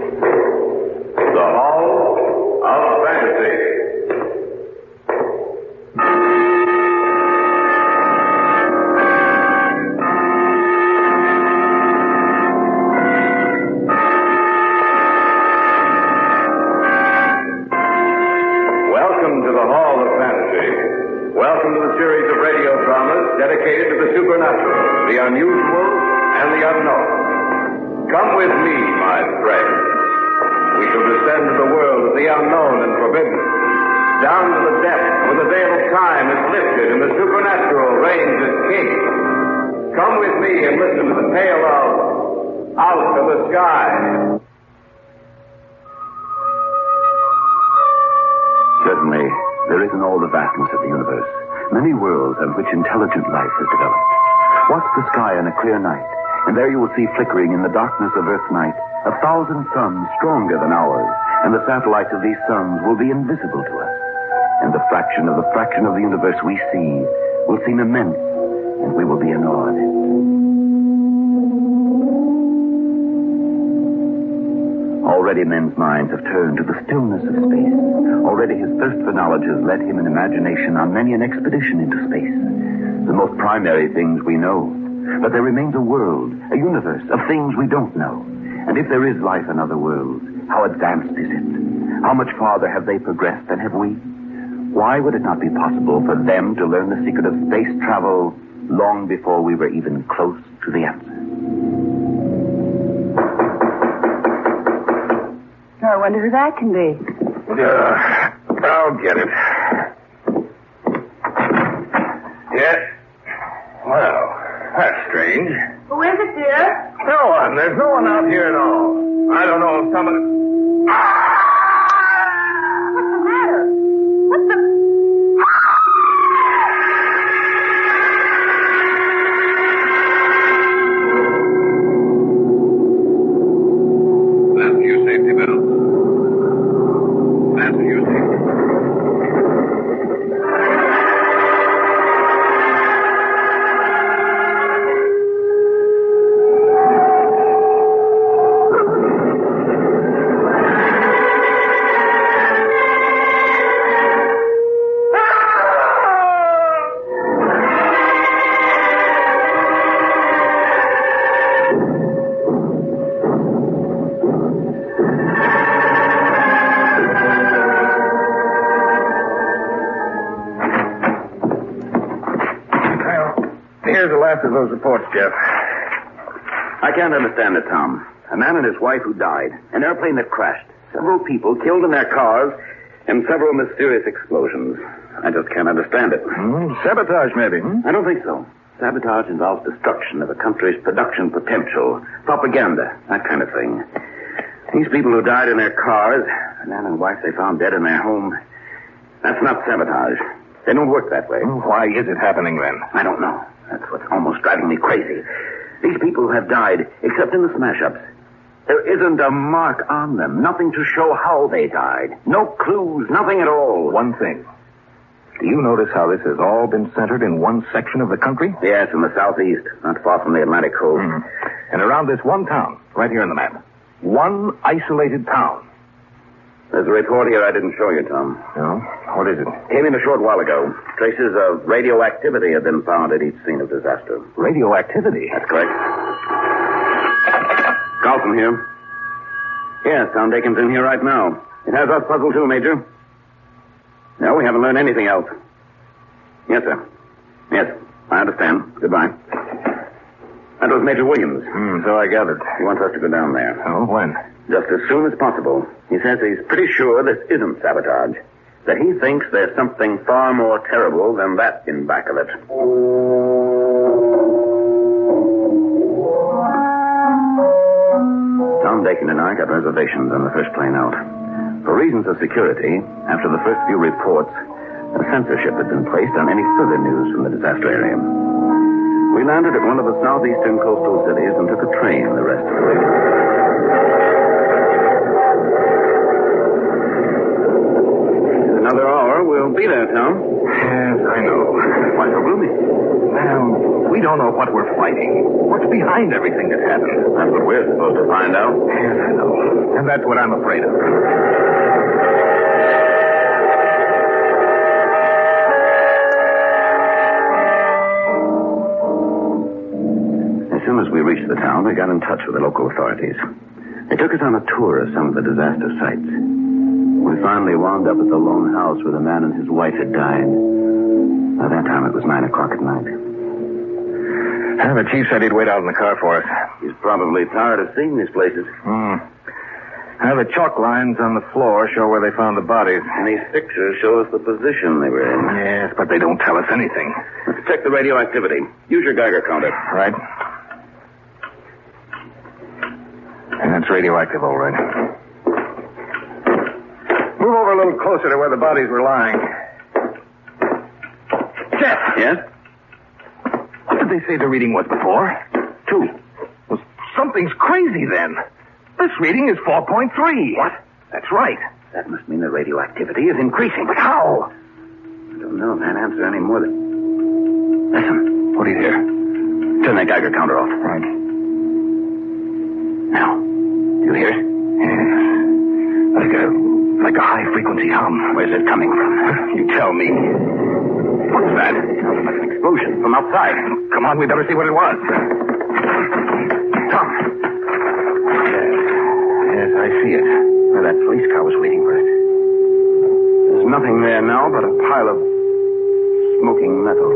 The Hall of Fantasy. Welcome to the Hall of Fantasy. Welcome to the series of radio dramas dedicated to the supernatural, the unusual, and the unknown. Come with me, my friend. We shall descend to the world of the unknown and forbidden. Down to the depths where the veil of time is lifted and the supernatural reigns as king. Come with me and listen to the tale of Out of the Sky. Certainly, there is in all the vastness of the universe many worlds on which intelligent life has developed. Watch the sky on a clear night, and there you will see flickering in the darkness of Earth's night a thousand suns stronger than ours, and the satellites of these suns will be invisible to us. And the fraction of the fraction of the universe we see will seem immense, and we will be annoyed. Already men's minds have turned to the stillness of space. Already his thirst for knowledge has led him in imagination on many an expedition into space. The most primary things we know. But there remains a world, a universe of things we don't know. And if there is life in other worlds, how advanced is it? How much farther have they progressed than have we? Why would it not be possible for them to learn the secret of space travel long before we were even close to the answer? Oh, I wonder who that can be. Yeah, I'll get it. Yeah. Well, that's strange. Who is it, dear? No one. There's no one out here at all. I don't know if someone. What's the matter? What's the... That's you, safety belt. That's you, safety. Well, here's the last of those reports, Jeff. I can't understand it, Tom. A man and his wife who died, an airplane that crashed, several people killed in their cars, and several mysterious explosions. I just can't understand it. Hmm, sabotage, maybe. hmm? I don't think so. Sabotage involves destruction of a country's production potential, propaganda, that kind of thing. These people who died in their cars, a man and wife they found dead in their home, that's not sabotage. They don't work that way. Why is it happening then? I don't know. That's what's almost driving me crazy. These people who have died, except in the smash ups. There isn't a mark on them. Nothing to show how they died. No clues, nothing at all. One thing. Do you notice how this has all been centered in one section of the country? Yes, in the southeast, not far from the Atlantic coast. And around this one town, right here on the map. One isolated town. There's a report here I didn't show you, Tom. No? What is it? Came in a short while ago. Traces of radioactivity have been found at each scene of disaster. Radioactivity. That's correct. Carlson here. Yes, Tom Dakin's in here right now. It has us puzzled too, Major. No, we haven't learned anything else. Yes, sir. Yes, I understand. Goodbye. That was Major Williams. Hmm, so I gathered. He wants us to go down there. Oh, when? Just as soon as possible. He says he's pretty sure this isn't sabotage. That he thinks there's something far more terrible than that in back of it. Tom Dakin and I got reservations on the first plane out. For reasons of security, after the first few reports, a censorship had been placed on any further news from the disaster area. We landed at one of the southeastern coastal cities and took a train the rest of the way. behind everything that happened. That's what we're supposed to find out. Yes, I know. And that's what I'm afraid of. As soon as we reached the town, they got in touch with the local authorities. They took us on a tour of some of the disaster sites. We finally wound up at the lone house where the man and his wife had died. By that time, it was nine o'clock at night. And the chief said he'd wait out in the car for us. He's probably tired of seeing these places, Hmm. Now, the chalk lines on the floor show where they found the bodies. and these pictures show us the position they were in. Yes, but they don't tell us anything. Let's check the radioactivity. Use your Geiger counter. Right? And that's radioactive, all right. Move over a little closer to where the bodies were lying. Jeff! Yes? What did they say the reading was before? Two. Well, something's crazy then. This reading is 4.3. What? That's right. That must mean the radioactivity is increasing. But how? I don't know. Can't answer any more than. Listen. What do you hear? Turn that Geiger counter off. Right. Now, do you hear it? Yes. Like a like a high frequency hum. Where's it coming from? You tell me. What's that? Sounds like an explosion from outside. Come on, we better see what it was. Tom. Yes, yes I see it. Where that police car was waiting for it. There's nothing there now but a pile of smoking metal.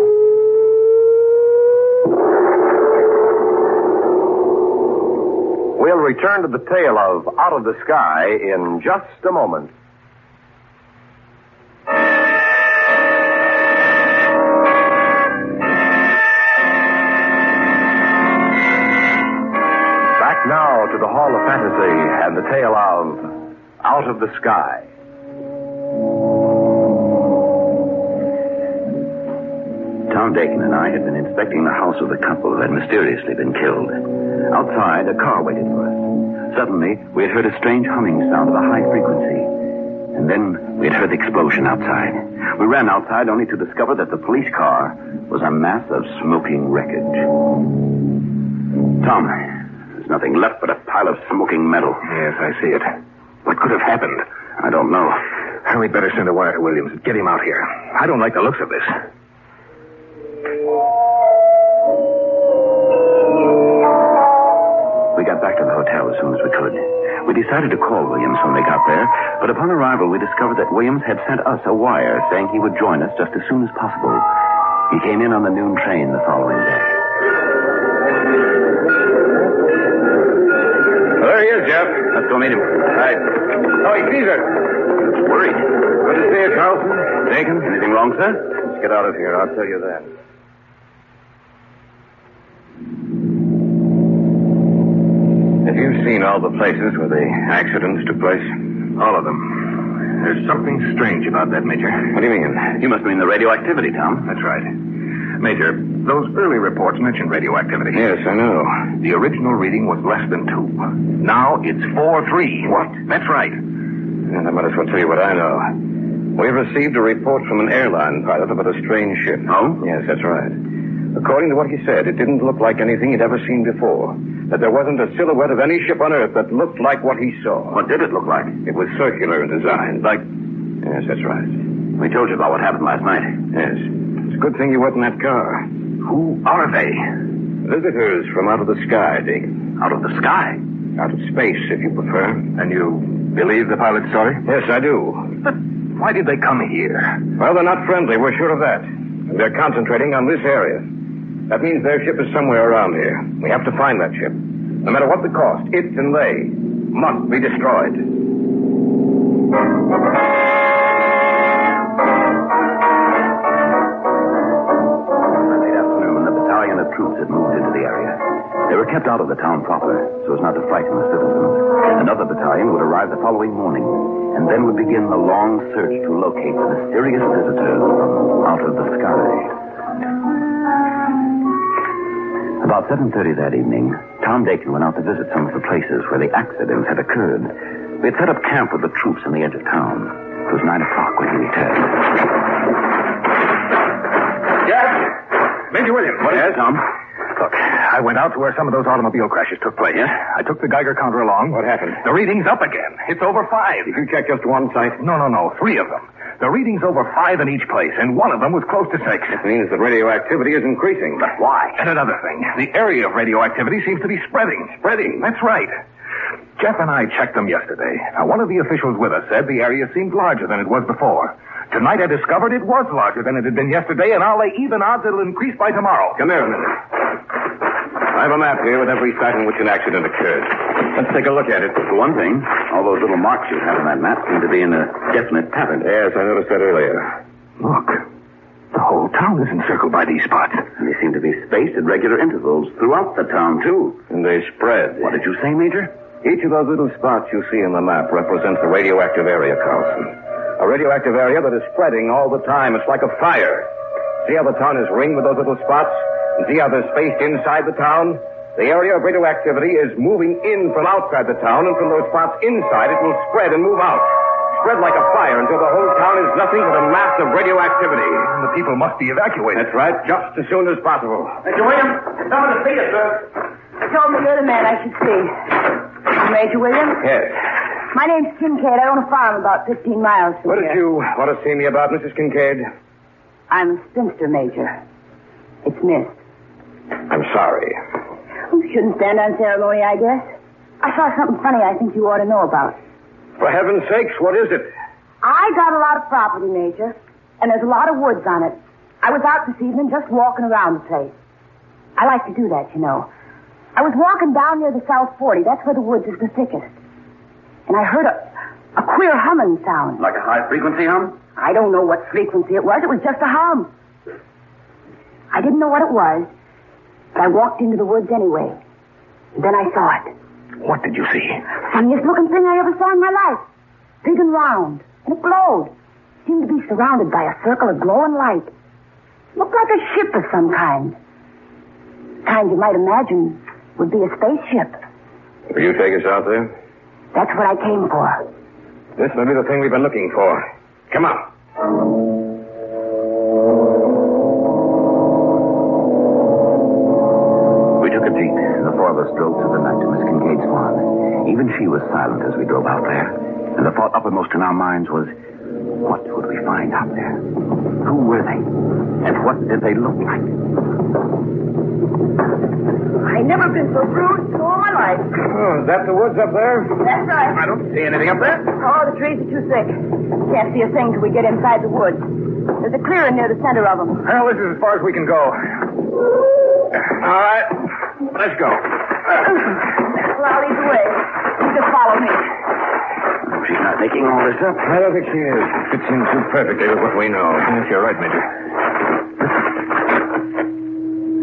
We'll return to the tale of Out of the Sky in just a moment. Back now to the Hall of Fantasy and the tale of Out of the Sky. Tom Dakin and I had been inspecting the house of the couple who had mysteriously been killed. Outside, a car waited for us. Suddenly, we had heard a strange humming sound of a high frequency. And then we had heard the explosion outside. We ran outside only to discover that the police car was a mass of smoking wreckage. Tom, there's nothing left but a pile of smoking metal. Yes, I see it. What could have happened? I don't know. We'd better send a wire to Williams. and Get him out here. I don't like the looks of this. We got back to the hotel as soon as we could. We decided to call Williams when we got there, but upon arrival, we discovered that Williams had sent us a wire saying he would join us just as soon as possible. He came in on the noon train the following day. There he is, Jeff. Let's go meet him. Right. Oh, he sees it. Worried. Good to see you, Carlson. Jenkins, anything wrong, sir? Let's get out of here. I'll tell you that. Have you seen all the places where the accidents took place? All of them. There's something strange about that, Major. What do you mean? You must mean the radioactivity, Tom. That's right. Major, those early reports mentioned radioactivity. Yes, I know. The original reading was less than two. Now it's four three. What? That's right. And I might as well tell you what I know. We've received a report from an airline pilot about a strange ship. Oh? Yes, that's right. According to what he said, it didn't look like anything he'd ever seen before. That there wasn't a silhouette of any ship on Earth that looked like what he saw. What did it look like? It was circular in design, like. Yes, that's right. We told you about what happened last night. Yes. It's a good thing you weren't in that car. Who are they? Visitors from out of the sky, Dick. Out of the sky? Out of space, if you prefer. And you Believe the pilot's story? Yes, I do. But why did they come here? Well, they're not friendly. We're sure of that. And they're concentrating on this area. That means their ship is somewhere around here. We have to find that ship. No matter what the cost, it and they must be destroyed. On late afternoon, the battalion of troops had moved into the area. They were kept out of the town proper so as not to frighten the citizens. Another battalion would arrive the following morning, and then would begin the long search to locate the mysterious visitors from out of the sky. About 7.30 that evening, Tom Dakin went out to visit some of the places where the accidents had occurred. We had set up camp with the troops in the edge of town. It was 9 o'clock when he returned. Yes. Major Williams. Yes, Tom? Look, I went out to where some of those automobile crashes took place. I took the Geiger counter along. What happened? The reading's up again. It's over five. Did you check just one site? No, no, no. Three of them. The reading's over five in each place, and one of them was close to six. It means that radioactivity is increasing. But why? And another thing. The area of radioactivity seems to be spreading. Spreading? That's right. Jeff and I checked them yesterday. Now, one of the officials with us said the area seemed larger than it was before. Tonight I discovered it was larger than it had been yesterday, and I'll lay even odds it'll increase by tomorrow. Come here a minute. I have a map here with every site in which an accident occurred. Let's take a look at it. For one thing, all those little marks you have on that map seem to be in a definite pattern. Yes, I noticed that earlier. Look. The whole town is encircled by these spots. And they seem to be spaced at regular intervals throughout the town, too. And they spread. What did you say, Major? Each of those little spots you see in the map represents a radioactive area, Carlson. A radioactive area that is spreading all the time. It's like a fire. See how the town is ringed with those little spots? And see how they're spaced inside the town? The area of radioactivity is moving in from outside the town, and from those spots inside, it will spread and move out. Spread like a fire until the whole town is nothing but a mass of radioactivity. The people must be evacuated. That's right, just as soon as possible. Mr. Williams, there's someone to see you, sir. You told me you're the man I should see. Major Williams? Yes. My name's Kincaid. I own a farm about 15 miles from What here. did you want to see me about, Mrs. Kincaid? I'm a spinster, Major. It's missed. I'm sorry. You shouldn't stand on ceremony, I guess. I saw something funny I think you ought to know about. For heaven's sakes, what is it? I got a lot of property, Major, and there's a lot of woods on it. I was out this evening just walking around the place. I like to do that, you know. I was walking down near the South 40. That's where the woods is the thickest. And I heard a, a queer humming sound. Like a high frequency hum? I don't know what frequency it was. It was just a hum. I didn't know what it was, but I walked into the woods anyway. And then I saw it. What did you see? Funniest looking thing I ever saw in my life. Big and round. And it glowed. Seemed to be surrounded by a circle of glowing light. Looked like a ship of some kind. The kind you might imagine would be a spaceship. Will you take us out there? That's what I came for. This may be the thing we've been looking for. Come on. We took a jeep. The four of us drove through the night to Miss Kincaid's farm. Even she was silent as we drove out there. And the thought uppermost in our minds was, what would we find out there? Who were they? And what did they look like? I've never been so bruised in all my life. Oh, is that the woods up there? That's right. I don't see anything up there. Oh, the trees are too thick. Can't see a thing till we get inside the woods. There's a clearing near the center of them. Well, this is as far as we can go. All right. Let's go. Well, I'll lead the way. You just follow me. She's not making all this up. I don't think she is. Fits in too perfectly with what we know. Yes, you're right, Major.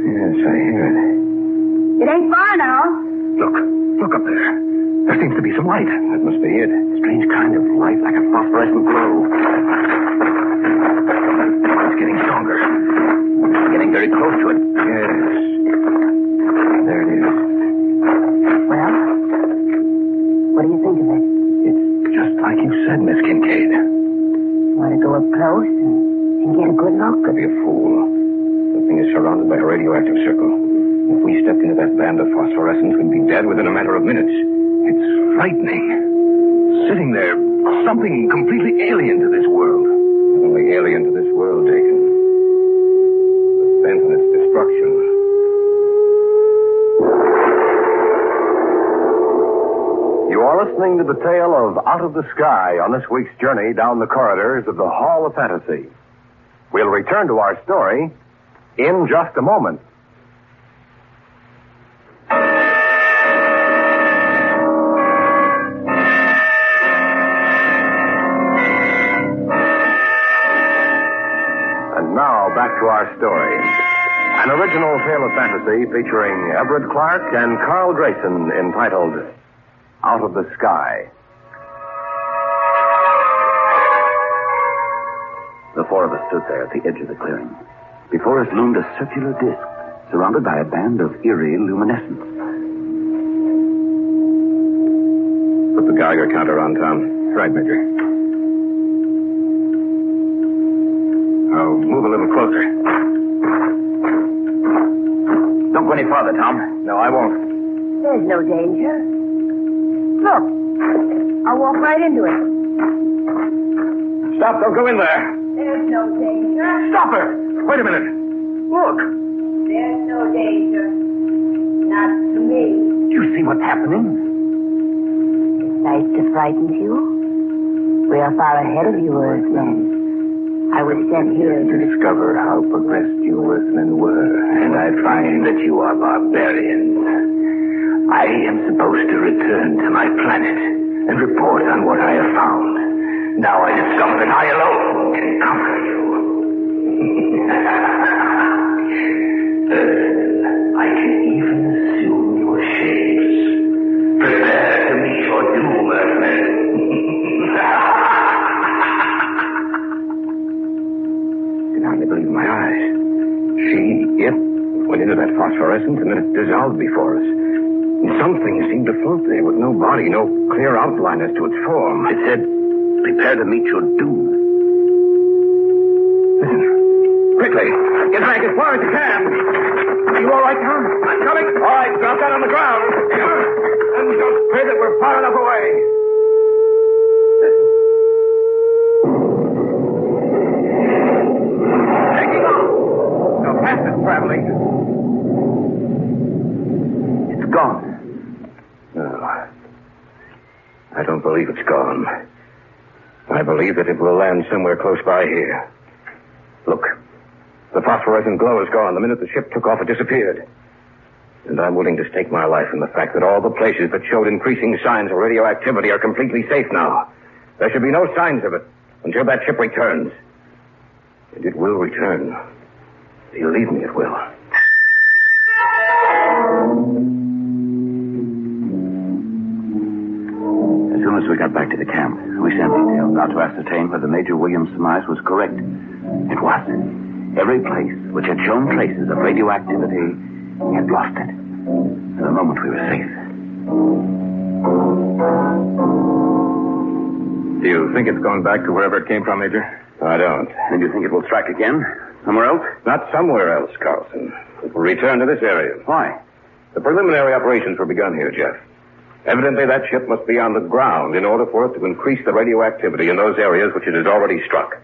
Yes, I hear it. It ain't far now. Look. Look up there. There seems to be some light. That must be it. Strange kind of light, like a phosphorescent glow. It's getting stronger. Getting very close to it. Yes. There it is. Well, what do you think of it? Just like you said, Miss Kincaid. Want to go up close and, and get a good look? Don't be a fool. The thing is surrounded by a radioactive circle. If we stepped into that band of phosphorescence, we'd be dead within a matter of minutes. It's frightening. Sitting there, something completely alien to this world. Not only alien to this world, Dakin, but bent on its destruction. You are listening to the tale of Out of the Sky on this week's journey down the corridors of the Hall of Fantasy. We'll return to our story in just a moment. And now back to our story. An original tale of fantasy featuring Everett Clark and Carl Grayson entitled out of the sky. The four of us stood there at the edge of the clearing. Before us loomed a circular disk surrounded by a band of eerie luminescence. Put the Geiger counter on, Tom. Right, Major. I'll move a little closer. Don't go any any farther, Tom. No, I won't. There's no danger. Look, I'll walk right into it. Stop, don't go in there. There's no danger. Stop her! Wait a minute. Look. There's no danger. Not to me. You see what's happening? Nice to frighten you. We are far ahead of you, Earthman. I was sent here to Discover how progressed you Earthmen were, and I find that you are barbarians. I am supposed to return to my planet and report on what I have found. Now I discover that I alone can conquer you. Earth, I can even assume your shapes. Prepare to meet your doom, Earthmen. can hardly believe my eyes. She, it, went into that phosphorescence and then it dissolved before us. And something seemed to float there with no body, no clear outline as to its form. It said, prepare to meet your doom. Listen. Quickly. Get back as far as you can. Are you all right, Tom? I'm coming. All right, drop that on the ground. And don't pray that we're far enough away. Listen. Taking off. How fast it's traveling. It's gone. No. Oh, I don't believe it's gone. I believe that it will land somewhere close by here. Look. The phosphorescent glow is gone. The minute the ship took off, it disappeared. And I'm willing to stake my life on the fact that all the places that showed increasing signs of radioactivity are completely safe now. There should be no signs of it until that ship returns. And it will return. Believe me, it will. As soon as we got back to the camp, we sent details out to ascertain whether Major Williams' surmise was correct. It was. Every place which had shown traces of radioactivity had lost it. For the moment, we were safe. Do you think it's gone back to wherever it came from, Major? I don't. And you think it will strike again? Somewhere else? Not somewhere else, Carlson. It will return to this area. Why? The preliminary operations were begun here, Jeff. Evidently, that ship must be on the ground in order for it to increase the radioactivity in those areas which it has already struck.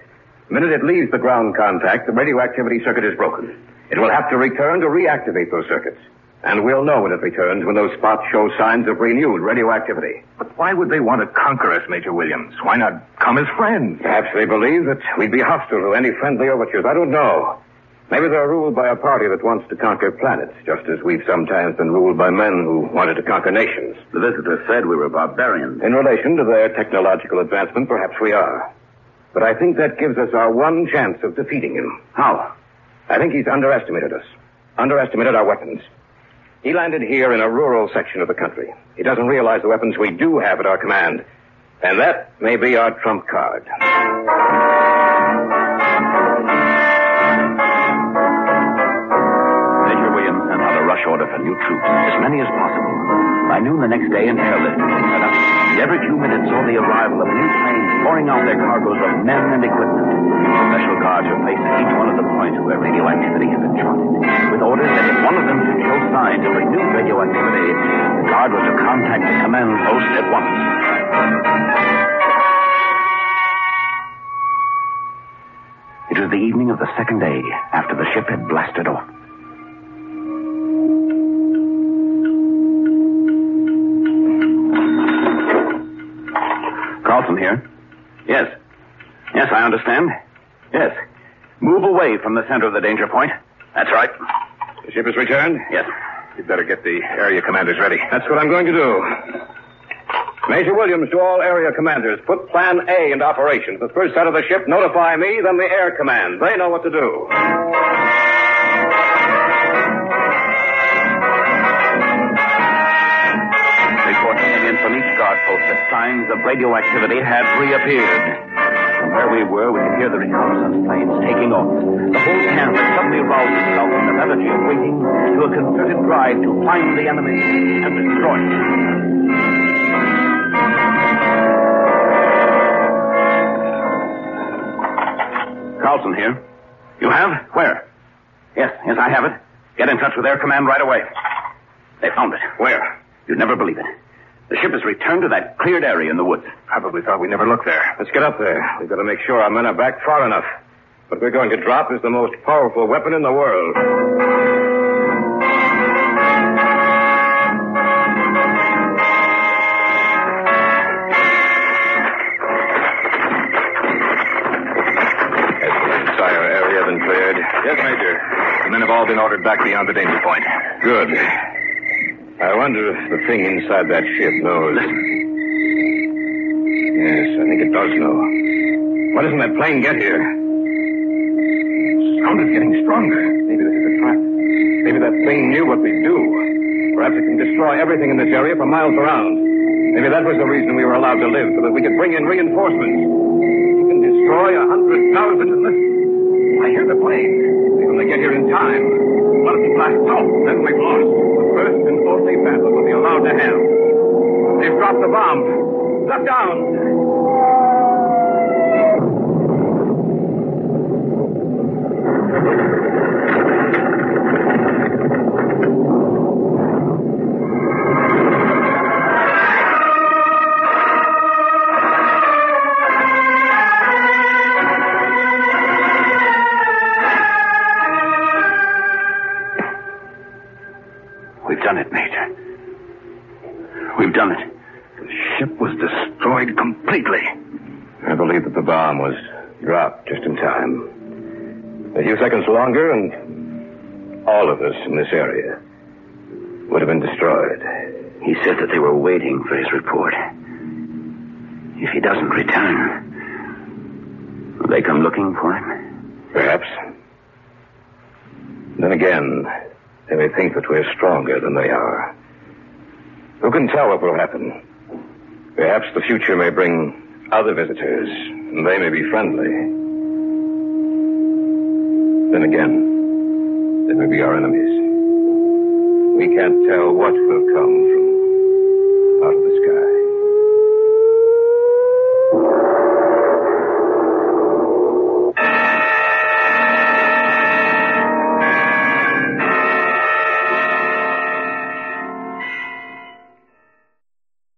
The minute it leaves the ground contact, the radioactivity circuit is broken. It will have to return to reactivate those circuits. And we'll know when it returns when those spots show signs of renewed radioactivity. But why would they want to conquer us, Major Williams? Why not come as friends? Perhaps they believe that we'd be hostile to any friendly overtures. I don't know. Maybe they're ruled by a party that wants to conquer planets, just as we've sometimes been ruled by men who wanted to conquer nations. The visitor said we were barbarians. In relation to their technological advancement, perhaps we are. But I think that gives us our one chance of defeating him. How? I think he's underestimated us, underestimated our weapons. He landed here in a rural section of the country. He doesn't realize the weapons we do have at our command. And that may be our trump card. Major Williams sent out a rush order for new troops, as many as possible. By noon the next day, an airlift had been set up, and every few minutes saw the arrival of new planes pouring out their cargoes of men and equipment. Special guards were placed at each one of the points where radioactivity had been charted, with orders that if one of them should show signs of renewed radioactivity, the guard was to contact the command post at once. It was the evening of the second day after the ship had blasted off. Carlson here. Yes. Yes, I understand. Yes. Move away from the center of the danger point. That's right. The ship is returned? Yes. You'd better get the area commanders ready. That's what I'm going to do. Major Williams to all area commanders. Put plan A into operation. The first out of the ship, notify me, then the air command. They know what to do. Reports came in from each guard post that signs of radioactivity had reappeared. From where we were, we could hear the reconnaissance planes taking off. The whole camp had suddenly roused itself from the lethargy of waiting to a concerted drive to find the enemy and destroy him. Carlson here. You have? Where? Yes, yes, I have it. Get in touch with Air Command right away. They found it. Where? You'd never believe it. The ship has returned to that cleared area in the woods. Probably thought we never looked there. Let's get up there. We've got to make sure our men are back far enough. What we're going to drop is the most powerful weapon in the world. Entire area been cleared. Yes, Major. The men have all been ordered back beyond the danger point. Good. I wonder if the thing inside that ship knows. Yes, I think it does know. Why doesn't that plane get here? Sound is getting stronger. Maybe this is a trap. Maybe that plane knew what we'd do. Perhaps it can destroy everything in this area for miles around. Maybe that was the reason we were allowed to live, so that we could bring in reinforcements. It can destroy a hundred thousand in this. I hear the plane. They only get here in time. What if it blasts out? Then we've lost. The first and only battle we'll be allowed to have. They've dropped the bomb. Look down. We've done it, Major. We've done it. The ship was destroyed completely. I believe that the bomb was dropped just in time. A few seconds longer, and all of us in this area would have been destroyed. He said that they were waiting for his report. If he doesn't return, will they come looking for him? Perhaps. Then again, they may think that we're stronger than they are. Who can tell what will happen? Perhaps the future may bring other visitors, and they may be friendly. Then again, they may be our enemies. We can't tell what will come from